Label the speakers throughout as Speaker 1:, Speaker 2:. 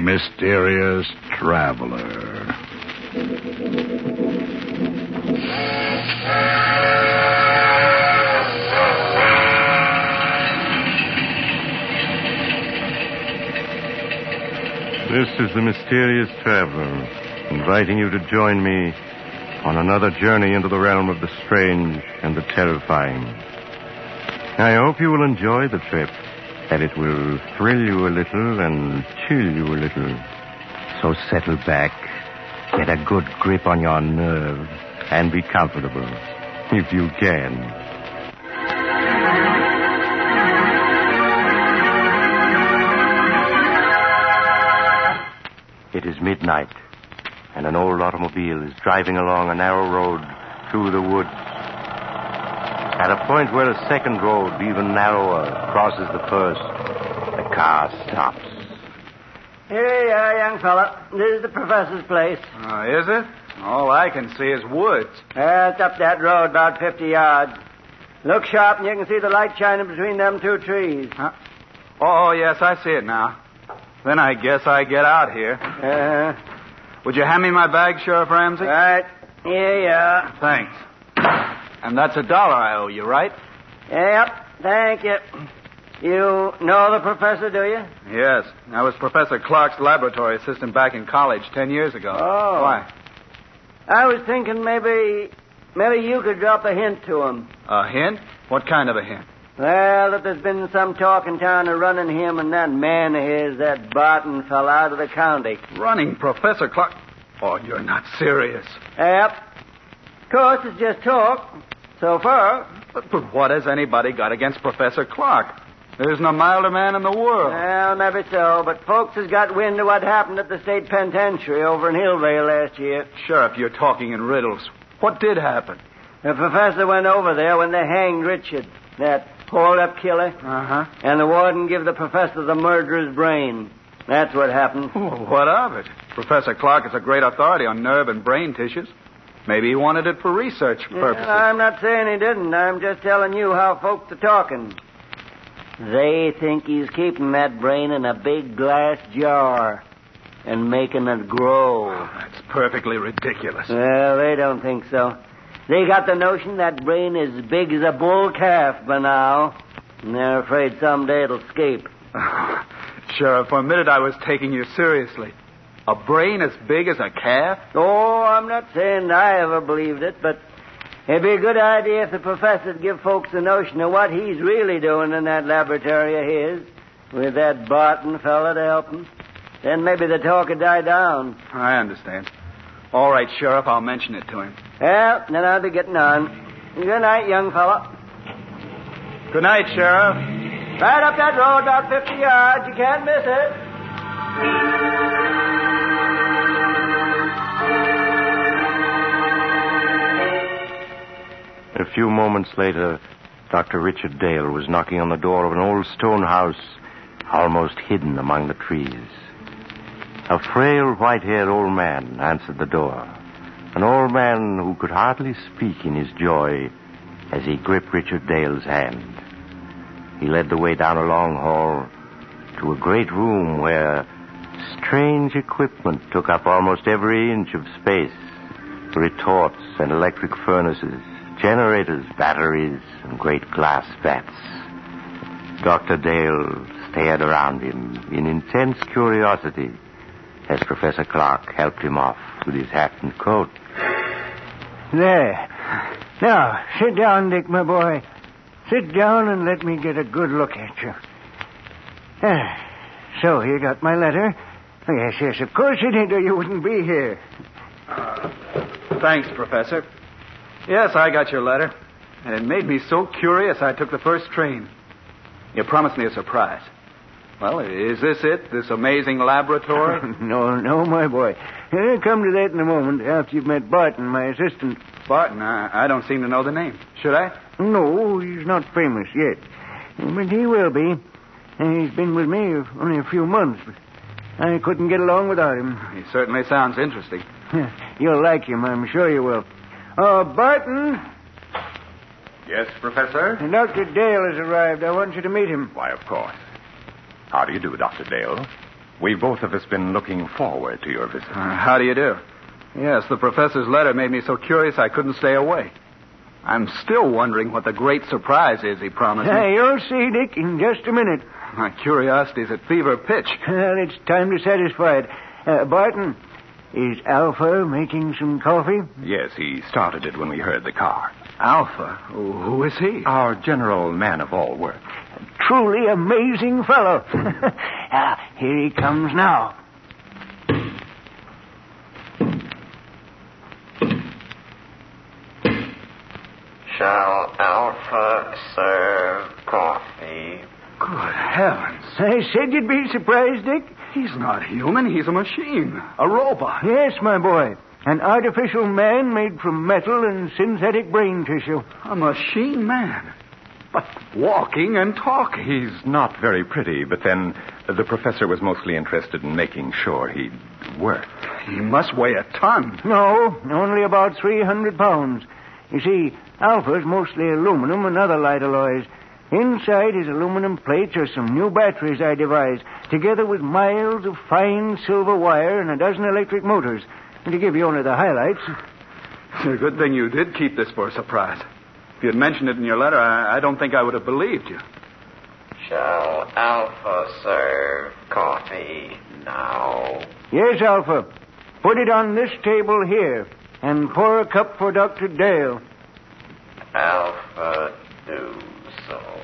Speaker 1: mysterious traveler.
Speaker 2: This is the Mysterious Traveler, inviting you to join me on another journey into the realm of the strange and the terrifying. I hope you will enjoy the trip, that it will thrill you a little and chill you a little. So settle back, get a good grip on your nerve, and be comfortable, if you can. It is midnight, and an old automobile is driving along a narrow road through the woods. At a point where a second road, even narrower, crosses the first, the car stops.
Speaker 3: Here you are, young fella. This is the professor's place.
Speaker 4: Uh, is it? All I can see is woods.
Speaker 3: Uh, it's up that road about 50 yards. Look sharp, and you can see the light shining between them two trees.
Speaker 4: Huh? Oh, yes, I see it now. Then I guess I get out here.
Speaker 3: Uh,
Speaker 4: Would you hand me my bag, Sheriff Ramsey?
Speaker 3: right. Here you are.
Speaker 4: Uh, Thanks. And that's a dollar I owe you, right?
Speaker 3: Yep. Thank you. You know the professor, do you?
Speaker 4: Yes. I was Professor Clark's laboratory assistant back in college ten years ago.
Speaker 3: Oh.
Speaker 4: Why?
Speaker 3: I was thinking maybe, maybe you could drop a hint to him.
Speaker 4: A hint? What kind of a hint?
Speaker 3: Well, that there's been some talk in town of running him and that man of his, that Barton fell out of the county.
Speaker 4: Running Professor Clark. Oh, you're not serious.
Speaker 3: Yep. Of course, it's just talk. So far,
Speaker 4: But, but what has anybody got against Professor Clark? There isn't a milder man in the world.
Speaker 3: Well, maybe so, but folks has got wind of what happened at the state penitentiary over in Hillvale last year.
Speaker 4: Sheriff, you're talking in riddles. What did happen?
Speaker 3: The professor went over there when they hanged Richard, that hold-up killer,
Speaker 4: Uh huh.
Speaker 3: and the warden give the professor the murderer's brain. That's what happened.
Speaker 4: Well, what of it? Professor Clark is a great authority on nerve and brain tissues. Maybe he wanted it for research purposes.
Speaker 3: I'm not saying he didn't. I'm just telling you how folks are talking. They think he's keeping that brain in a big glass jar and making it grow.
Speaker 4: Oh, that's perfectly ridiculous.
Speaker 3: Well, they don't think so. They got the notion that brain is as big as a bull calf by now. And they're afraid someday it'll escape.
Speaker 4: Sheriff, for a minute I was taking you seriously. A brain as big as a calf?
Speaker 3: Oh, I'm not saying I ever believed it, but it'd be a good idea if the professor'd give folks the notion of what he's really doing in that laboratory of his, with that Barton fella to help him. Then maybe the talk would die down.
Speaker 4: I understand. All right, Sheriff, I'll mention it to him.
Speaker 3: Well, then I'll be getting on. Good night, young fella.
Speaker 4: Good night, Sheriff.
Speaker 3: Right up that road, about 50 yards. You can't miss it.
Speaker 2: A few moments later, Dr. Richard Dale was knocking on the door of an old stone house almost hidden among the trees. A frail, white haired old man answered the door. An old man who could hardly speak in his joy as he gripped Richard Dale's hand. He led the way down a long hall to a great room where strange equipment took up almost every inch of space retorts and electric furnaces, generators, batteries, and great glass vats. Dr. Dale stared around him in intense curiosity as Professor Clark helped him off with his hat and coat.
Speaker 3: There. Now, sit down, Dick, my boy. Sit down and let me get a good look at you. Ah, so, you got my letter? Oh, yes, yes, of course you did, or you wouldn't be here.
Speaker 4: Uh, Thanks, Professor. Yes, I got your letter. And it made me so curious I took the first train. You promised me a surprise. Well, is this it? This amazing laboratory?
Speaker 3: no, no, my boy. I'll come to that in a moment after you've met Barton, my assistant.
Speaker 4: Barton, I, I don't seem to know the name. Should I?
Speaker 3: No, he's not famous yet. But he will be. Uh, He's been with me only a few months. but I couldn't get along without him.
Speaker 4: He certainly sounds interesting.
Speaker 3: You'll like him, I'm sure you will. Oh, Barton,
Speaker 5: Yes, Professor?
Speaker 3: Dr. Dale has arrived. I want you to meet him.
Speaker 5: Why, of course. How do you do, Dr. Dale? We've both of us been looking forward to your visit.
Speaker 4: Uh, how do you do? Yes, the professor's letter made me so curious I couldn't stay away. I'm still wondering what the great surprise is he promised me.
Speaker 3: Hey, you'll see, Dick, in just a minute.
Speaker 4: My curiosity's at fever pitch.
Speaker 3: Well, it's time to satisfy it. Uh, Barton, is Alpha making some coffee?
Speaker 5: Yes, he started it when we heard the car.
Speaker 4: Alpha? Who who is he?
Speaker 5: Our general man of all work.
Speaker 3: Truly amazing fellow. ah, here he comes now.
Speaker 6: Shall Alpha serve coffee?
Speaker 4: Good heavens.
Speaker 3: I said you'd be surprised, Dick.
Speaker 4: He's not human. He's a machine. A robot.
Speaker 3: Yes, my boy. An artificial man made from metal and synthetic brain tissue.
Speaker 4: A machine man. But walking and talking.
Speaker 5: He's not very pretty, but then the professor was mostly interested in making sure he'd work.
Speaker 4: He must weigh a ton.
Speaker 3: No, only about 300 pounds. You see, Alpha's mostly aluminum and other light alloys. Inside is aluminum plates or some new batteries I devised, together with miles of fine silver wire and a dozen electric motors. And to give you only the highlights,
Speaker 4: It's a good thing you did keep this for a surprise. If you'd mentioned it in your letter, I, I don't think I would have believed you.
Speaker 6: Shall Alpha serve coffee now?
Speaker 3: Yes, Alpha. Put it on this table here, and pour a cup for Dr. Dale.
Speaker 6: Alpha do so.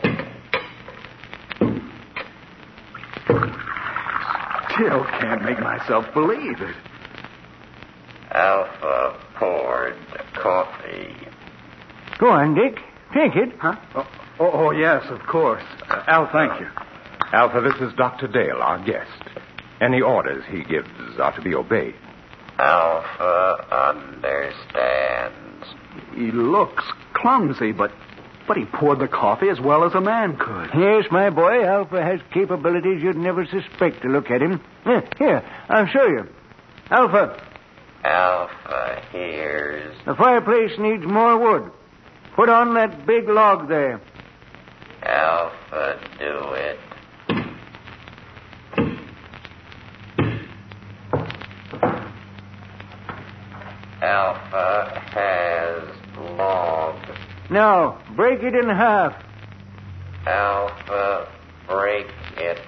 Speaker 4: Still can't make myself believe it.
Speaker 6: Alpha poured coffee.
Speaker 3: Go on, Dick. Take it.
Speaker 4: Huh? Oh, oh, oh, yes, of course. Uh, Al, thank you.
Speaker 5: Alpha, this is Dr. Dale, our guest. Any orders he gives are to be obeyed.
Speaker 6: Alpha understands.
Speaker 4: He looks clumsy, but but he poured the coffee as well as a man could.
Speaker 3: Yes, my boy, Alpha has capabilities you'd never suspect to look at him. Here, here, I'll show you. Alpha,
Speaker 6: Alpha hears.
Speaker 3: the fireplace needs more wood. Put on that big log there.
Speaker 6: Alpha do it. Alpha has log.
Speaker 3: Now, break it in half.
Speaker 6: Alpha break it.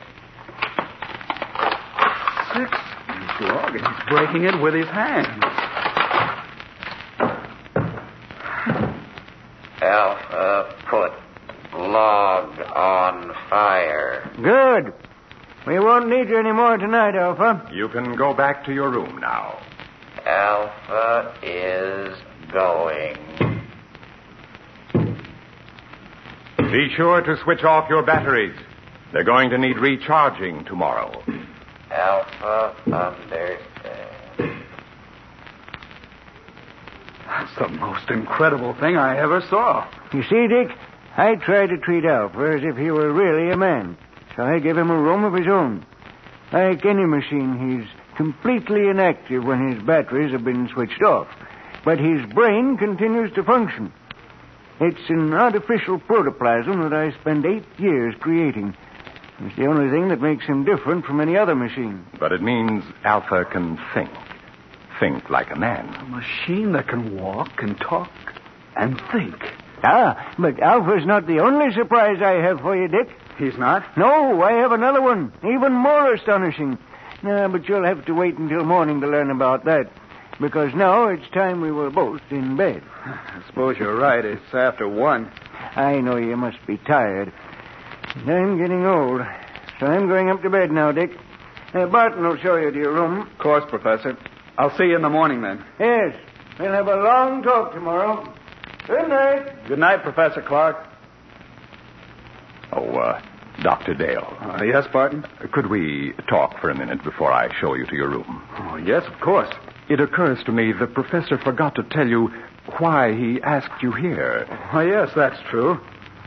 Speaker 4: Six inch log, and he's breaking it with his hands.
Speaker 6: Alpha put log on fire.
Speaker 3: Good. We won't need you any more tonight, Alpha.
Speaker 5: You can go back to your room now.
Speaker 6: Alpha is going.
Speaker 5: Be sure to switch off your batteries. They're going to need recharging tomorrow.
Speaker 6: Alpha understands.
Speaker 4: That's the most incredible thing I ever saw.
Speaker 3: You see, Dick, I try to treat Alpha as if he were really a man. So I give him a room of his own. Like any machine, he's completely inactive when his batteries have been switched off. But his brain continues to function. It's an artificial protoplasm that I spent eight years creating. It's the only thing that makes him different from any other machine.
Speaker 5: But it means Alpha can think. Think like a man.
Speaker 4: A machine that can walk and talk and think.
Speaker 3: Ah, but Alpha's not the only surprise I have for you, Dick.
Speaker 4: He's not?
Speaker 3: No, I have another one, even more astonishing. No, but you'll have to wait until morning to learn about that, because now it's time we were both in bed.
Speaker 4: I suppose you're right. It's after one.
Speaker 3: I know you must be tired. And I'm getting old, so I'm going up to bed now, Dick. Uh, Barton will show you to your room.
Speaker 4: Of course, Professor. I'll see you in the morning then.
Speaker 3: Yes, we'll have a long talk tomorrow. Good night.
Speaker 4: Good night, Professor Clark.
Speaker 5: Oh, uh, Dr. Dale,
Speaker 4: Uh, yes, Barton?
Speaker 5: could we talk for a minute before I show you to your room?
Speaker 4: Oh, yes, of course.
Speaker 5: It occurs to me the professor forgot to tell you why he asked you here.
Speaker 4: Oh, yes, that's true.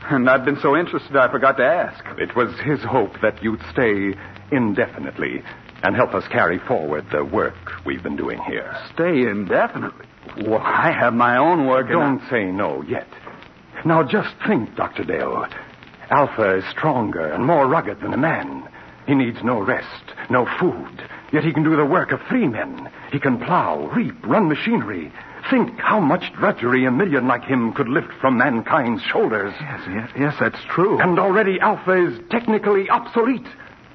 Speaker 4: And I've been so interested I forgot to ask.
Speaker 5: It was his hope that you'd stay indefinitely and help us carry forward the work we've been doing here.
Speaker 4: Stay indefinitely. Well, I have my own work.
Speaker 5: Don't say no yet. Now just think, Dr. Dale. Alpha is stronger and more rugged than a man. He needs no rest, no food, yet he can do the work of three men. He can plow, reap, run machinery. Think how much drudgery a million like him could lift from mankind's shoulders.
Speaker 4: Yes, yes, yes, that's true.
Speaker 5: And already Alpha is technically obsolete.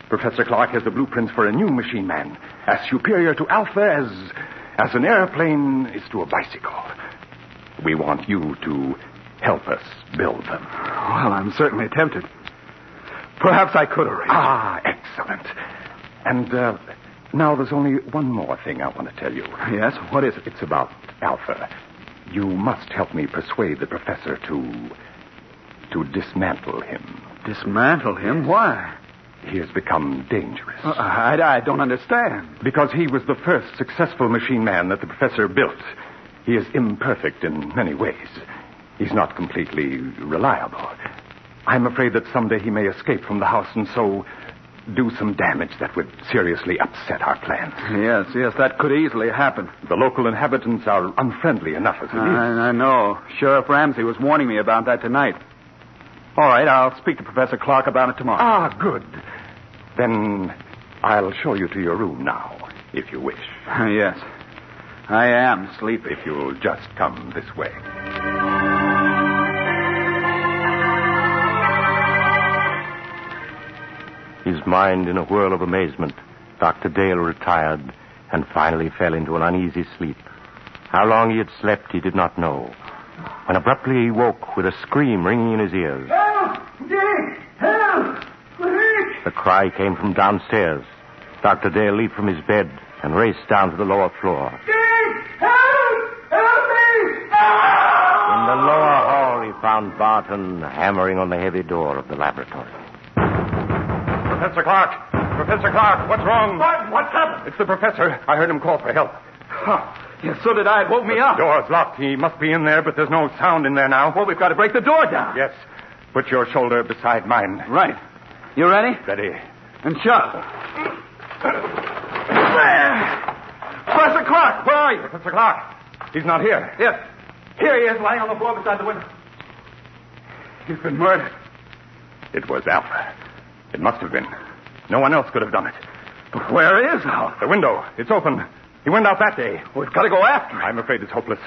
Speaker 5: Professor Clark has the blueprints for a new machine man, as superior to Alpha as as an airplane is to a bicycle. We want you to help us build them.
Speaker 4: Well, I'm certainly tempted. Perhaps I could arrange.
Speaker 5: Ah, excellent. And uh, now there's only one more thing I want to tell you.
Speaker 4: Yes, what is it?
Speaker 5: It's about Alpha. You must help me persuade the professor to to dismantle him.
Speaker 4: Dismantle him? Why?
Speaker 5: He has become dangerous.
Speaker 4: Uh, I, I don't understand.
Speaker 5: Because he was the first successful machine man that the professor built. He is imperfect in many ways. He's not completely reliable. I'm afraid that someday he may escape from the house and so do some damage that would seriously upset our plans.
Speaker 4: Yes, yes, that could easily happen.
Speaker 5: The local inhabitants are unfriendly enough as it is.
Speaker 4: I, I know. Sheriff Ramsey was warning me about that tonight. All right, I'll speak to Professor Clark about it tomorrow.
Speaker 5: Ah, good. Then I'll show you to your room now, if you wish.
Speaker 4: yes. I am sleepy.
Speaker 5: If you'll just come this way.
Speaker 2: His mind in a whirl of amazement, Dr. Dale retired and finally fell into an uneasy sleep. How long he had slept, he did not know. When abruptly he woke with a scream ringing in his ears.
Speaker 3: Help! Dick! Help! Quick!
Speaker 2: The cry came from downstairs. Dr. Dale leaped from his bed and raced down to the lower floor.
Speaker 3: Dick! Help! Help me!
Speaker 2: In the lower hall, he found Barton hammering on the heavy door of the laboratory.
Speaker 5: Professor Clark! Professor Clark, what's wrong?
Speaker 4: Barton, what's happened?
Speaker 5: It's the professor. I heard him call for help.
Speaker 4: Huh. Yes, so did I. It woke me up.
Speaker 5: The door's locked. He must be in there, but there's no sound in there now.
Speaker 4: Well, we've got to break the door down.
Speaker 5: Yes. Put your shoulder beside mine.
Speaker 4: Right. You ready?
Speaker 5: Ready.
Speaker 4: And shove. There! Professor Clark, where are you?
Speaker 5: Professor Clark, he's not here.
Speaker 4: Yes. Here he is, lying on the floor beside the window. He's been murdered.
Speaker 5: It was Alpha. It must have been. No one else could have done it.
Speaker 4: But where is Alpha?
Speaker 5: The window. It's open. He went out that day.
Speaker 4: We've got to go after him.
Speaker 5: I'm afraid it's hopeless.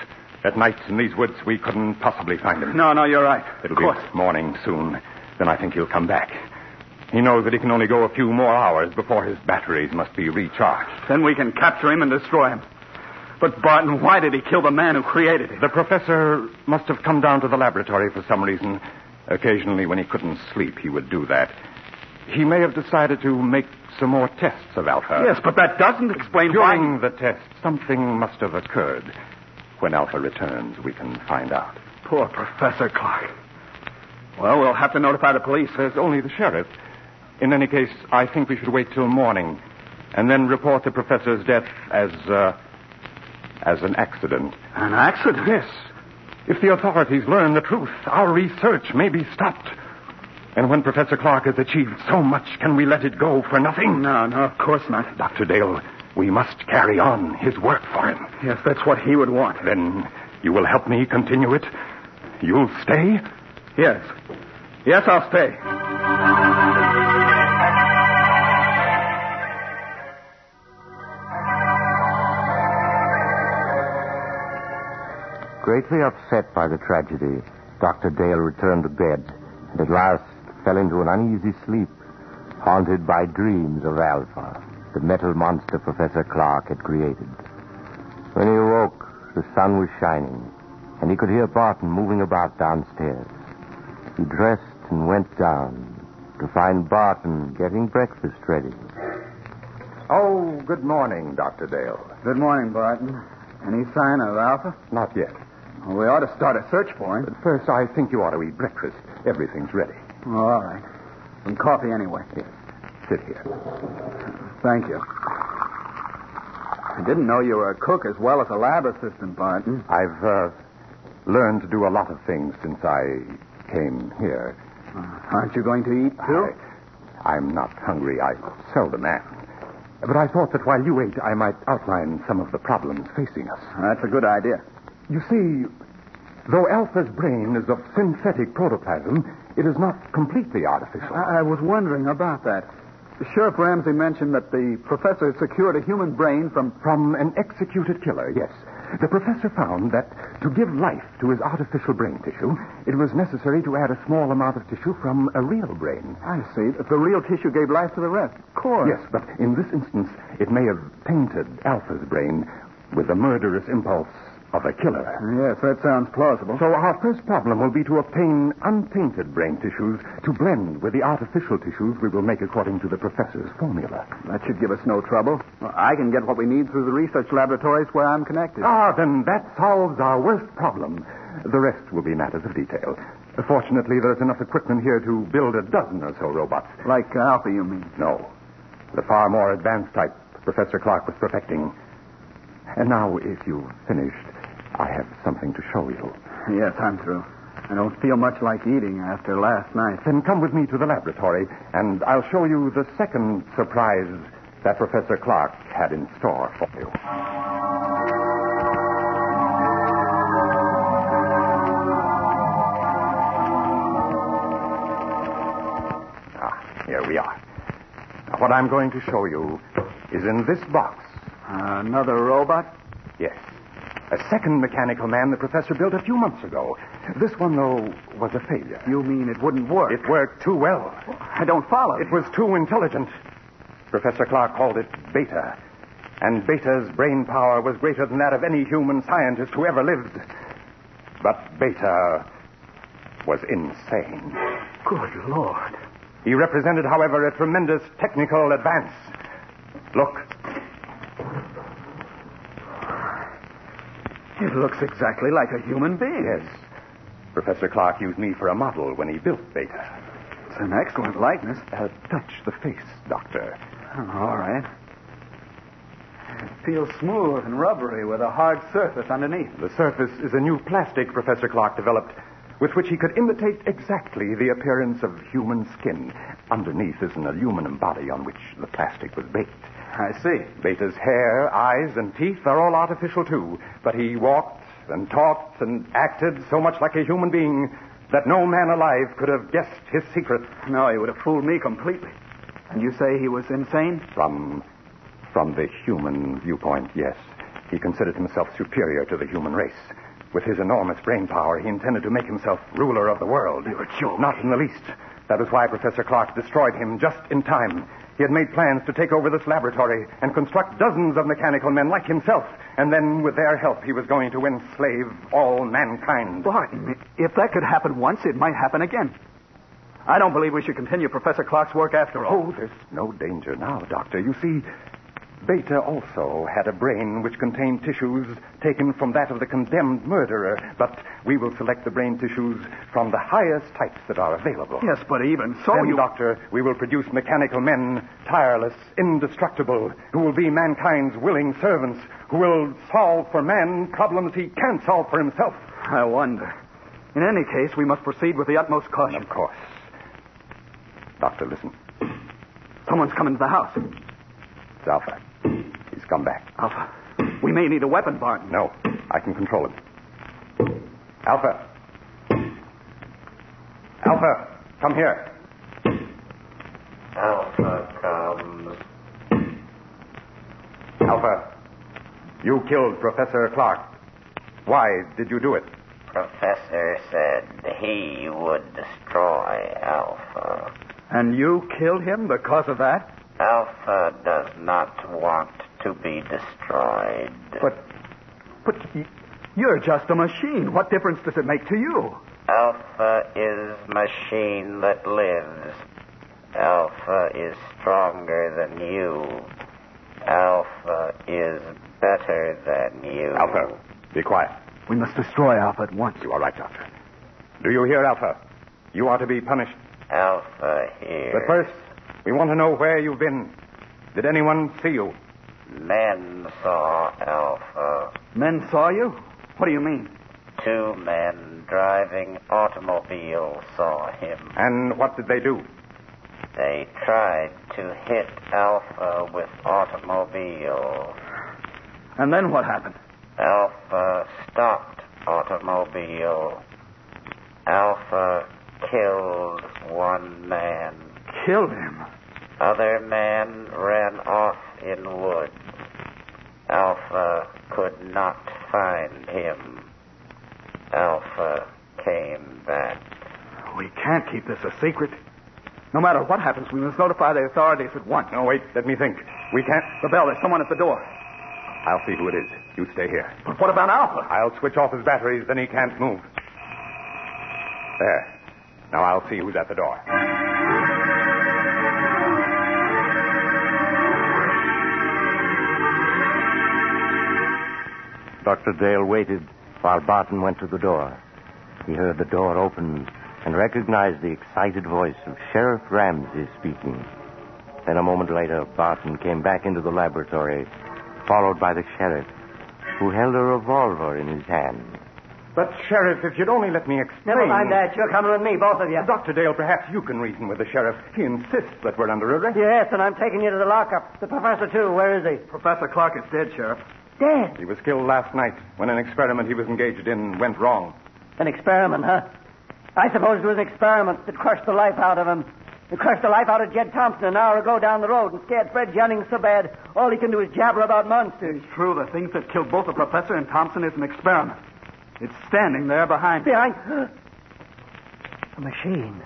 Speaker 5: At night in these woods, we couldn't possibly find him.
Speaker 4: No, no, you're right.
Speaker 5: It'll
Speaker 4: of course.
Speaker 5: be morning soon. Then I think he'll come back. He knows that he can only go a few more hours before his batteries must be recharged.
Speaker 4: Then we can capture him and destroy him. But Barton, why did he kill the man who created it?
Speaker 5: The professor must have come down to the laboratory for some reason. Occasionally, when he couldn't sleep, he would do that. He may have decided to make some more tests of Alpha.
Speaker 4: Yes, but that doesn't explain
Speaker 5: During
Speaker 4: why.
Speaker 5: the test, something must have occurred. When Alpha returns, we can find out.
Speaker 4: Poor Professor Clark. Well, we'll have to notify the police.
Speaker 5: There's only the sheriff. In any case, I think we should wait till morning and then report the professor's death as, uh, as an accident.
Speaker 4: An accident?
Speaker 5: Yes. If the authorities learn the truth, our research may be stopped. And when Professor Clark has achieved so much, can we let it go for nothing?
Speaker 4: No, no, of course not.
Speaker 5: Dr. Dale, we must carry on his work for him.
Speaker 4: Yes, that's what he would want.
Speaker 5: Then you will help me continue it? You'll stay?
Speaker 4: Yes. Yes, I'll stay.
Speaker 2: Greatly upset by the tragedy, Dr. Dale returned to bed and at last fell into an uneasy sleep, haunted by dreams of Alpha, the metal monster Professor Clark had created. When he awoke, the sun was shining, and he could hear Barton moving about downstairs. He dressed and went down to find Barton getting breakfast ready.
Speaker 5: Oh, good morning, Dr. Dale.
Speaker 4: Good morning, Barton. Any sign of Alpha?
Speaker 5: Not yet.
Speaker 4: Well, we ought to start a search for him.
Speaker 5: But first, I think you ought to eat breakfast. Everything's ready.
Speaker 4: Oh, All right. Some coffee, anyway.
Speaker 5: Sit here.
Speaker 4: Thank you. I didn't know you were a cook as well as a lab assistant, Barton.
Speaker 5: I've uh, learned to do a lot of things since I came here.
Speaker 4: Aren't you going to eat, too?
Speaker 5: I, am not hungry. I seldom am. But I thought that while you ate, I might outline some of the problems facing us.
Speaker 4: That's a good idea.
Speaker 5: You see, though Alpha's brain is of
Speaker 4: Uh-huh.
Speaker 5: synthetic protoplasm, it is not completely artificial.
Speaker 4: I, I was wondering about that. Sheriff Ramsey mentioned that the professor secured a human brain from.
Speaker 5: From an executed killer, yes. The professor found that to give life to his artificial brain tissue, it was necessary to add a small amount of tissue from a real brain.
Speaker 4: I see. that The real tissue gave life to the rest. Of course.
Speaker 5: Yes, but in this instance, it may have tainted Alpha's brain with the murderous impulse of a killer.
Speaker 4: Yes, that sounds plausible.
Speaker 5: So our first problem will be to obtain untainted brain tissues to blend with the artificial tissues we will make according to the professor's formula.
Speaker 4: That should give us no trouble. Well, I can get what we need through the research laboratories where I'm connected.
Speaker 5: Ah, then that solves our worst problem. The rest will be matters of detail. Fortunately, there is enough equipment here to build a dozen or so robots.
Speaker 4: Like Alpha, you mean?
Speaker 5: No. The far more advanced type Professor Clark was perfecting. And now, if you've finished, I have something to show you.
Speaker 4: Yes, I'm through. I don't feel much like eating after last night.
Speaker 5: Then come with me to the laboratory, and I'll show you the second surprise that Professor Clark had in store for you. Ah, here we are. Now, what I'm going to show you is in this box.
Speaker 4: Another robot?
Speaker 5: Yes. A second mechanical man the professor built a few months ago. This one, though, was a failure.
Speaker 4: You mean it wouldn't work?
Speaker 5: It worked too well.
Speaker 4: I don't follow.
Speaker 5: It was too intelligent. Professor Clark called it beta. And beta's brain power was greater than that of any human scientist who ever lived. But beta was insane.
Speaker 4: Good Lord.
Speaker 5: He represented, however, a tremendous technical advance. Look,
Speaker 4: It looks exactly like a human being.
Speaker 5: Yes. Professor Clark used me for a model when he built Beta.
Speaker 4: It's an excellent likeness.
Speaker 5: Uh, touch the face, Doctor.
Speaker 4: Oh, all right. It feels smooth and rubbery with a hard surface underneath.
Speaker 5: The surface is a new plastic Professor Clark developed with which he could imitate exactly the appearance of human skin. Underneath is an aluminum body on which the plastic was baked.
Speaker 4: I see.
Speaker 5: Beta's hair, eyes, and teeth are all artificial, too. But he walked and talked and acted so much like a human being that no man alive could have guessed his secret
Speaker 4: No, he would have fooled me completely. And you say he was insane?
Speaker 5: from, from the human viewpoint, yes. He considered himself superior to the human race. With his enormous brain power, he intended to make himself ruler of the world.
Speaker 4: You're joking.
Speaker 5: Not in the least. That was why Professor Clark destroyed him just in time. He had made plans to take over this laboratory and construct dozens of mechanical men like himself. And then, with their help, he was going to enslave all mankind.
Speaker 4: Barton, if that could happen once, it might happen again. I don't believe we should continue Professor Clark's work after all.
Speaker 5: Oh, there's no danger now, Doctor. You see, Beta also had a brain which contained tissues taken from that of the condemned murderer, but we will select the brain tissues from the highest types that are available.
Speaker 4: yes, but even so,
Speaker 5: then,
Speaker 4: you...
Speaker 5: Doctor, we will produce mechanical men, tireless, indestructible, who will be mankind's willing servants, who will solve for man problems he can't solve for himself.
Speaker 4: I wonder. In any case, we must proceed with the utmost caution.
Speaker 5: Of course. Doctor, listen.
Speaker 4: Someone's come into the house.
Speaker 5: It's Alpha. He's come back.
Speaker 4: Alpha, we may need a weapon, Barton.
Speaker 5: No, I can control him. Alpha. Alpha, come here.
Speaker 6: Alpha comes.
Speaker 5: Alpha, you killed Professor Clark. Why did you do it?
Speaker 6: Professor said he would destroy Alpha.
Speaker 4: And you killed him because of that?
Speaker 6: Alpha does not want to be destroyed.
Speaker 4: But, but y- you're just a machine. What difference does it make to you?
Speaker 6: Alpha is machine that lives. Alpha is stronger than you. Alpha is better than you.
Speaker 5: Alpha, be quiet.
Speaker 4: We must destroy Alpha at once.
Speaker 5: You are right, Doctor. Do you hear, Alpha? You are to be punished.
Speaker 6: Alpha here.
Speaker 5: But first, we want to know where you've been. Did anyone see you?
Speaker 6: Men saw Alpha.
Speaker 4: Men saw you? What do you mean?
Speaker 6: Two men driving automobiles saw him.
Speaker 5: And what did they do?
Speaker 6: They tried to hit Alpha with automobiles.
Speaker 4: And then what happened?
Speaker 6: Alpha stopped automobile. Alpha killed one man.
Speaker 4: Killed him.
Speaker 6: Other man ran off in wood. Alpha could not find him. Alpha came back.
Speaker 4: We can't keep this a secret. No matter what happens, we must notify the authorities at once.
Speaker 5: No, wait, let me think. We can't.
Speaker 4: The bell, there's someone at the door.
Speaker 5: I'll see who it is. You stay here.
Speaker 4: But what about Alpha?
Speaker 5: I'll switch off his batteries, then he can't move. There. Now I'll see who's at the door.
Speaker 2: Dr. Dale waited while Barton went to the door. He heard the door open and recognized the excited voice of Sheriff Ramsey speaking. Then a moment later, Barton came back into the laboratory, followed by the sheriff, who held a revolver in his hand.
Speaker 5: But, Sheriff, if you'd only let me explain.
Speaker 3: Never mind that. You're coming with me, both of you.
Speaker 5: Dr. Dale, perhaps you can reason with the sheriff. He insists that we're under arrest.
Speaker 3: Yes, and I'm taking you to the lockup. The professor, too. Where is he?
Speaker 4: Professor Clark is dead, Sheriff.
Speaker 3: Dead.
Speaker 5: He was killed last night when an experiment he was engaged in went wrong.
Speaker 3: An experiment, huh? I suppose it was an experiment that crushed the life out of him. It crushed the life out of Jed Thompson an hour ago down the road and scared Fred Jennings so bad all he can do is jabber about monsters.
Speaker 4: It's true. The thing that killed both the professor and Thompson is an experiment. It's standing there behind.
Speaker 3: Behind. a machine.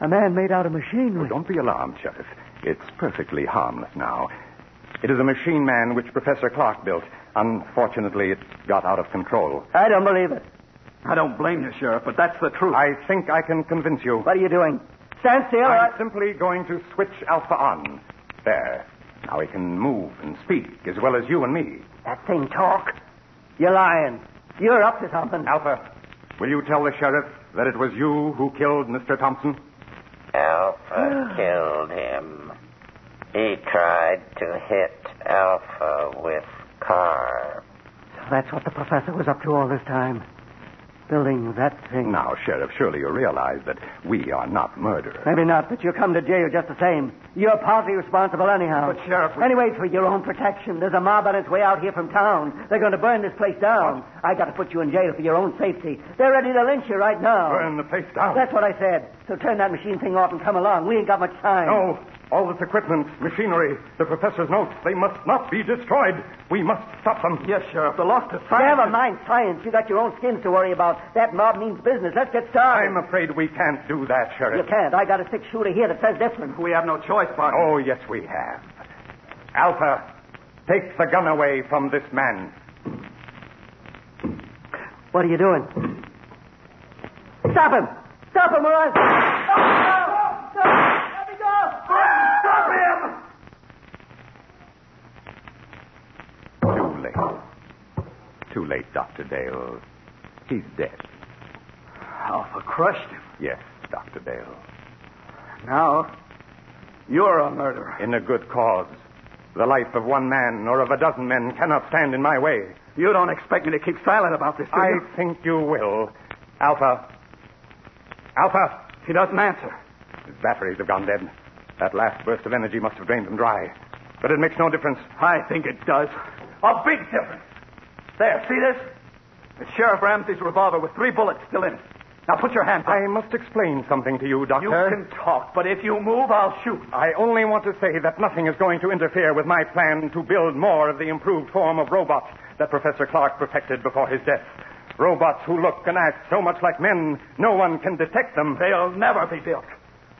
Speaker 3: A man made out of
Speaker 5: Oh,
Speaker 3: machinery.
Speaker 5: don't be alarmed, Sheriff. It's perfectly harmless now. It is a machine man which Professor Clark built. Unfortunately, it got out of control.
Speaker 3: I don't believe it.
Speaker 4: I don't blame you, Sheriff, but that's the truth.
Speaker 5: I think I can convince you.
Speaker 3: What are you doing? Stand still. or
Speaker 5: I'm
Speaker 3: I-
Speaker 5: simply going to switch Alpha on. There. Now he can move and speak as well as you and me.
Speaker 3: That thing talk. You're lying. You're up to something.
Speaker 5: Alpha, will you tell the sheriff that it was you who killed Mr. Thompson?
Speaker 6: Alpha killed him. He tried to hit Alpha with car.
Speaker 3: So that's what the professor was up to all this time. Building that thing.
Speaker 5: Now, Sheriff, surely you realize that we are not murderers.
Speaker 3: Maybe not, but you're come to jail just the same. You're partly responsible anyhow.
Speaker 4: But, Sheriff, we-
Speaker 3: Anyway, it's for your own protection. There's a mob on its way out here from town. They're going to burn this place down. I got to put you in jail for your own safety. They're ready to lynch you right now.
Speaker 5: Burn the place down.
Speaker 3: That's what I said. So turn that machine thing off and come along. We ain't got much time.
Speaker 5: No, all this equipment, machinery, the professor's notes, they must not be destroyed. We must stop them.
Speaker 4: Yes, Sheriff, the lost is fine.
Speaker 3: Never mind science. You got your own skins to worry about. That mob means business. Let's get started.
Speaker 5: I'm afraid we can't do that,
Speaker 3: You
Speaker 5: Sheriff.
Speaker 3: can't. I got a six shooter here that says different.
Speaker 4: We have no choice, Barton.
Speaker 5: Oh, yes, we have. Alpha, take the gun away from this man.
Speaker 3: What are you doing? Stop him! Stop him, or I'll... Stop! Stop! Let me go! Stop him!
Speaker 5: Too late. Too late, Dr. Dale. He's dead.
Speaker 4: Alpha crushed him.
Speaker 5: Yes, Dr. Dale.
Speaker 4: Now, you're a murderer.
Speaker 5: In a good cause. The life of one man or of a dozen men cannot stand in my way.
Speaker 4: You don't expect me to keep silent about this, do
Speaker 5: I
Speaker 4: you?
Speaker 5: think you will. Alpha. Alpha.
Speaker 4: He doesn't answer.
Speaker 5: His batteries have gone dead. That last burst of energy must have drained them dry. But it makes no difference.
Speaker 4: I think it does. A big difference. There, see this? It's Sheriff Ramsey's revolver with three bullets still in it. Now put your hand up.
Speaker 5: I must explain something to you, Doctor.
Speaker 4: You can talk, but if you move, I'll shoot.
Speaker 5: I only want to say that nothing is going to interfere with my plan to build more of the improved form of robots that Professor Clark perfected before his death. Robots who look and act so much like men, no one can detect them.
Speaker 4: They'll never be built.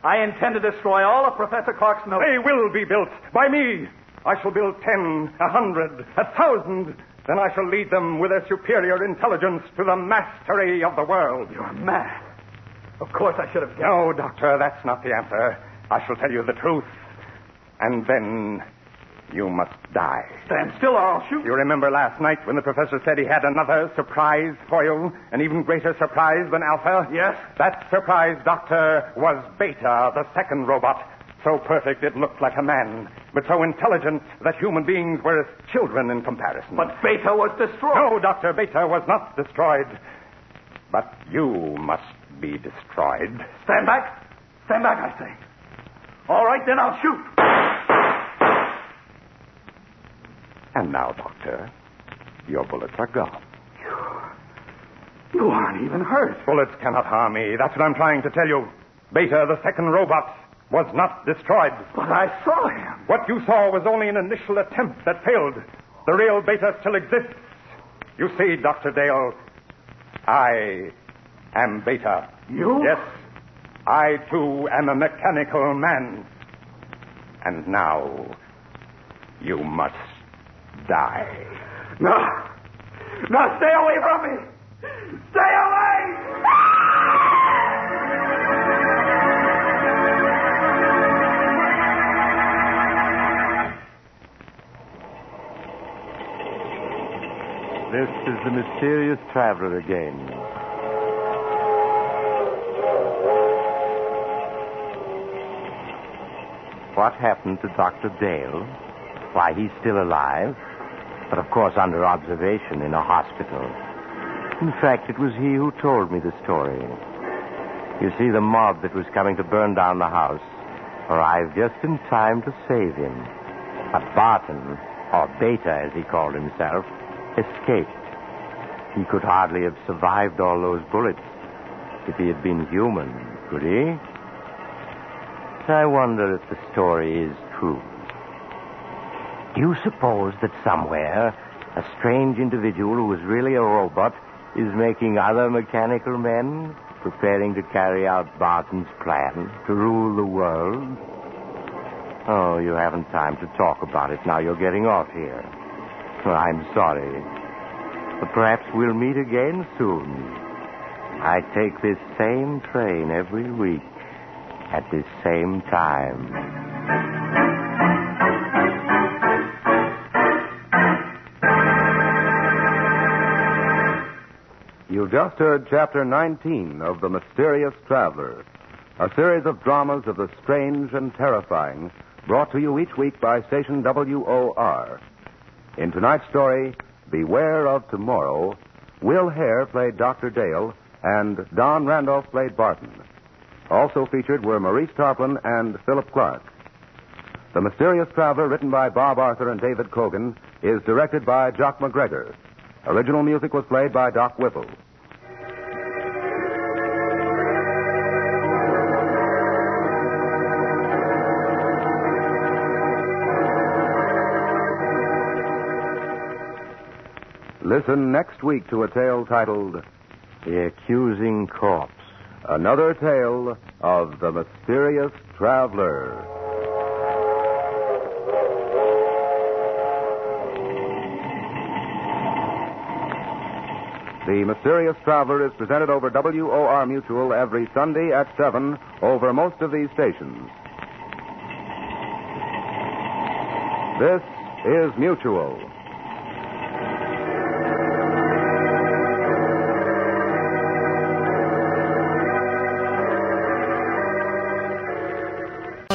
Speaker 4: I intend to destroy all of Professor Clark's notes.
Speaker 5: They will be built by me. I shall build ten, a hundred, a thousand. Then I shall lead them with their superior intelligence to the mastery of the world.
Speaker 4: You're mad. Of course I should have guessed.
Speaker 5: No, Doctor, that's not the answer. I shall tell you the truth. And then you must die.
Speaker 4: Stand still or I'll shoot.
Speaker 5: You remember last night when the professor said he had another surprise for you? An even greater surprise than Alpha?
Speaker 4: Yes.
Speaker 5: That surprise, Doctor, was Beta, the second robot. So perfect it looked like a man, but so intelligent that human beings were as children in comparison.
Speaker 4: But Beta was destroyed.
Speaker 5: No, Dr. Beta was not destroyed. But you must be destroyed.
Speaker 4: Stand back. Stand back, I say. All right, then I'll shoot.
Speaker 5: And now, Doctor, your bullets are gone.
Speaker 4: You aren't even hurt.
Speaker 5: Bullets cannot harm me. That's what I'm trying to tell you. Beta, the second robot, was not destroyed.
Speaker 4: But I saw him.
Speaker 5: What you saw was only an initial attempt that failed. The real beta still exists. You see, Dr. Dale, I am beta.
Speaker 4: You?
Speaker 5: Yes. I, too, am a mechanical man. And now, you must die.
Speaker 4: No. No, stay away from me. Stay away.
Speaker 2: This is the mysterious traveler again. What happened to Dr. Dale? Why, he's still alive, but of course under observation in a hospital. In fact, it was he who told me the story. You see, the mob that was coming to burn down the house arrived just in time to save him. But Barton, or Beta as he called himself, escaped. He could hardly have survived all those bullets if he had been human, could he? I wonder if the story is true. Do you suppose that somewhere a strange individual who is really a robot is making other mechanical men, preparing to carry out Barton's plan to rule the world? Oh, you haven't time to talk about it now. You're getting off here. Well, I'm sorry. But perhaps we'll meet again soon. I take this same train every week at this same time.
Speaker 7: You just heard Chapter 19 of The Mysterious Traveler, a series of dramas of the strange and terrifying brought to you each week by station WOR. In tonight's story, Beware of Tomorrow, Will Hare played Dr. Dale and Don Randolph played Barton. Also featured were Maurice Tarplin and Philip Clark. The Mysterious Traveler, written by Bob Arthur and David Cogan, is directed by Jock McGregor. Original music was played by Doc Whipple. Listen next week to a tale titled
Speaker 2: The accusing corpse.
Speaker 7: Another Tale of the Mysterious Traveler. The Mysterious Traveler is presented over WOR Mutual every Sunday at 7 over most of these stations. This is Mutual.
Speaker 8: Uh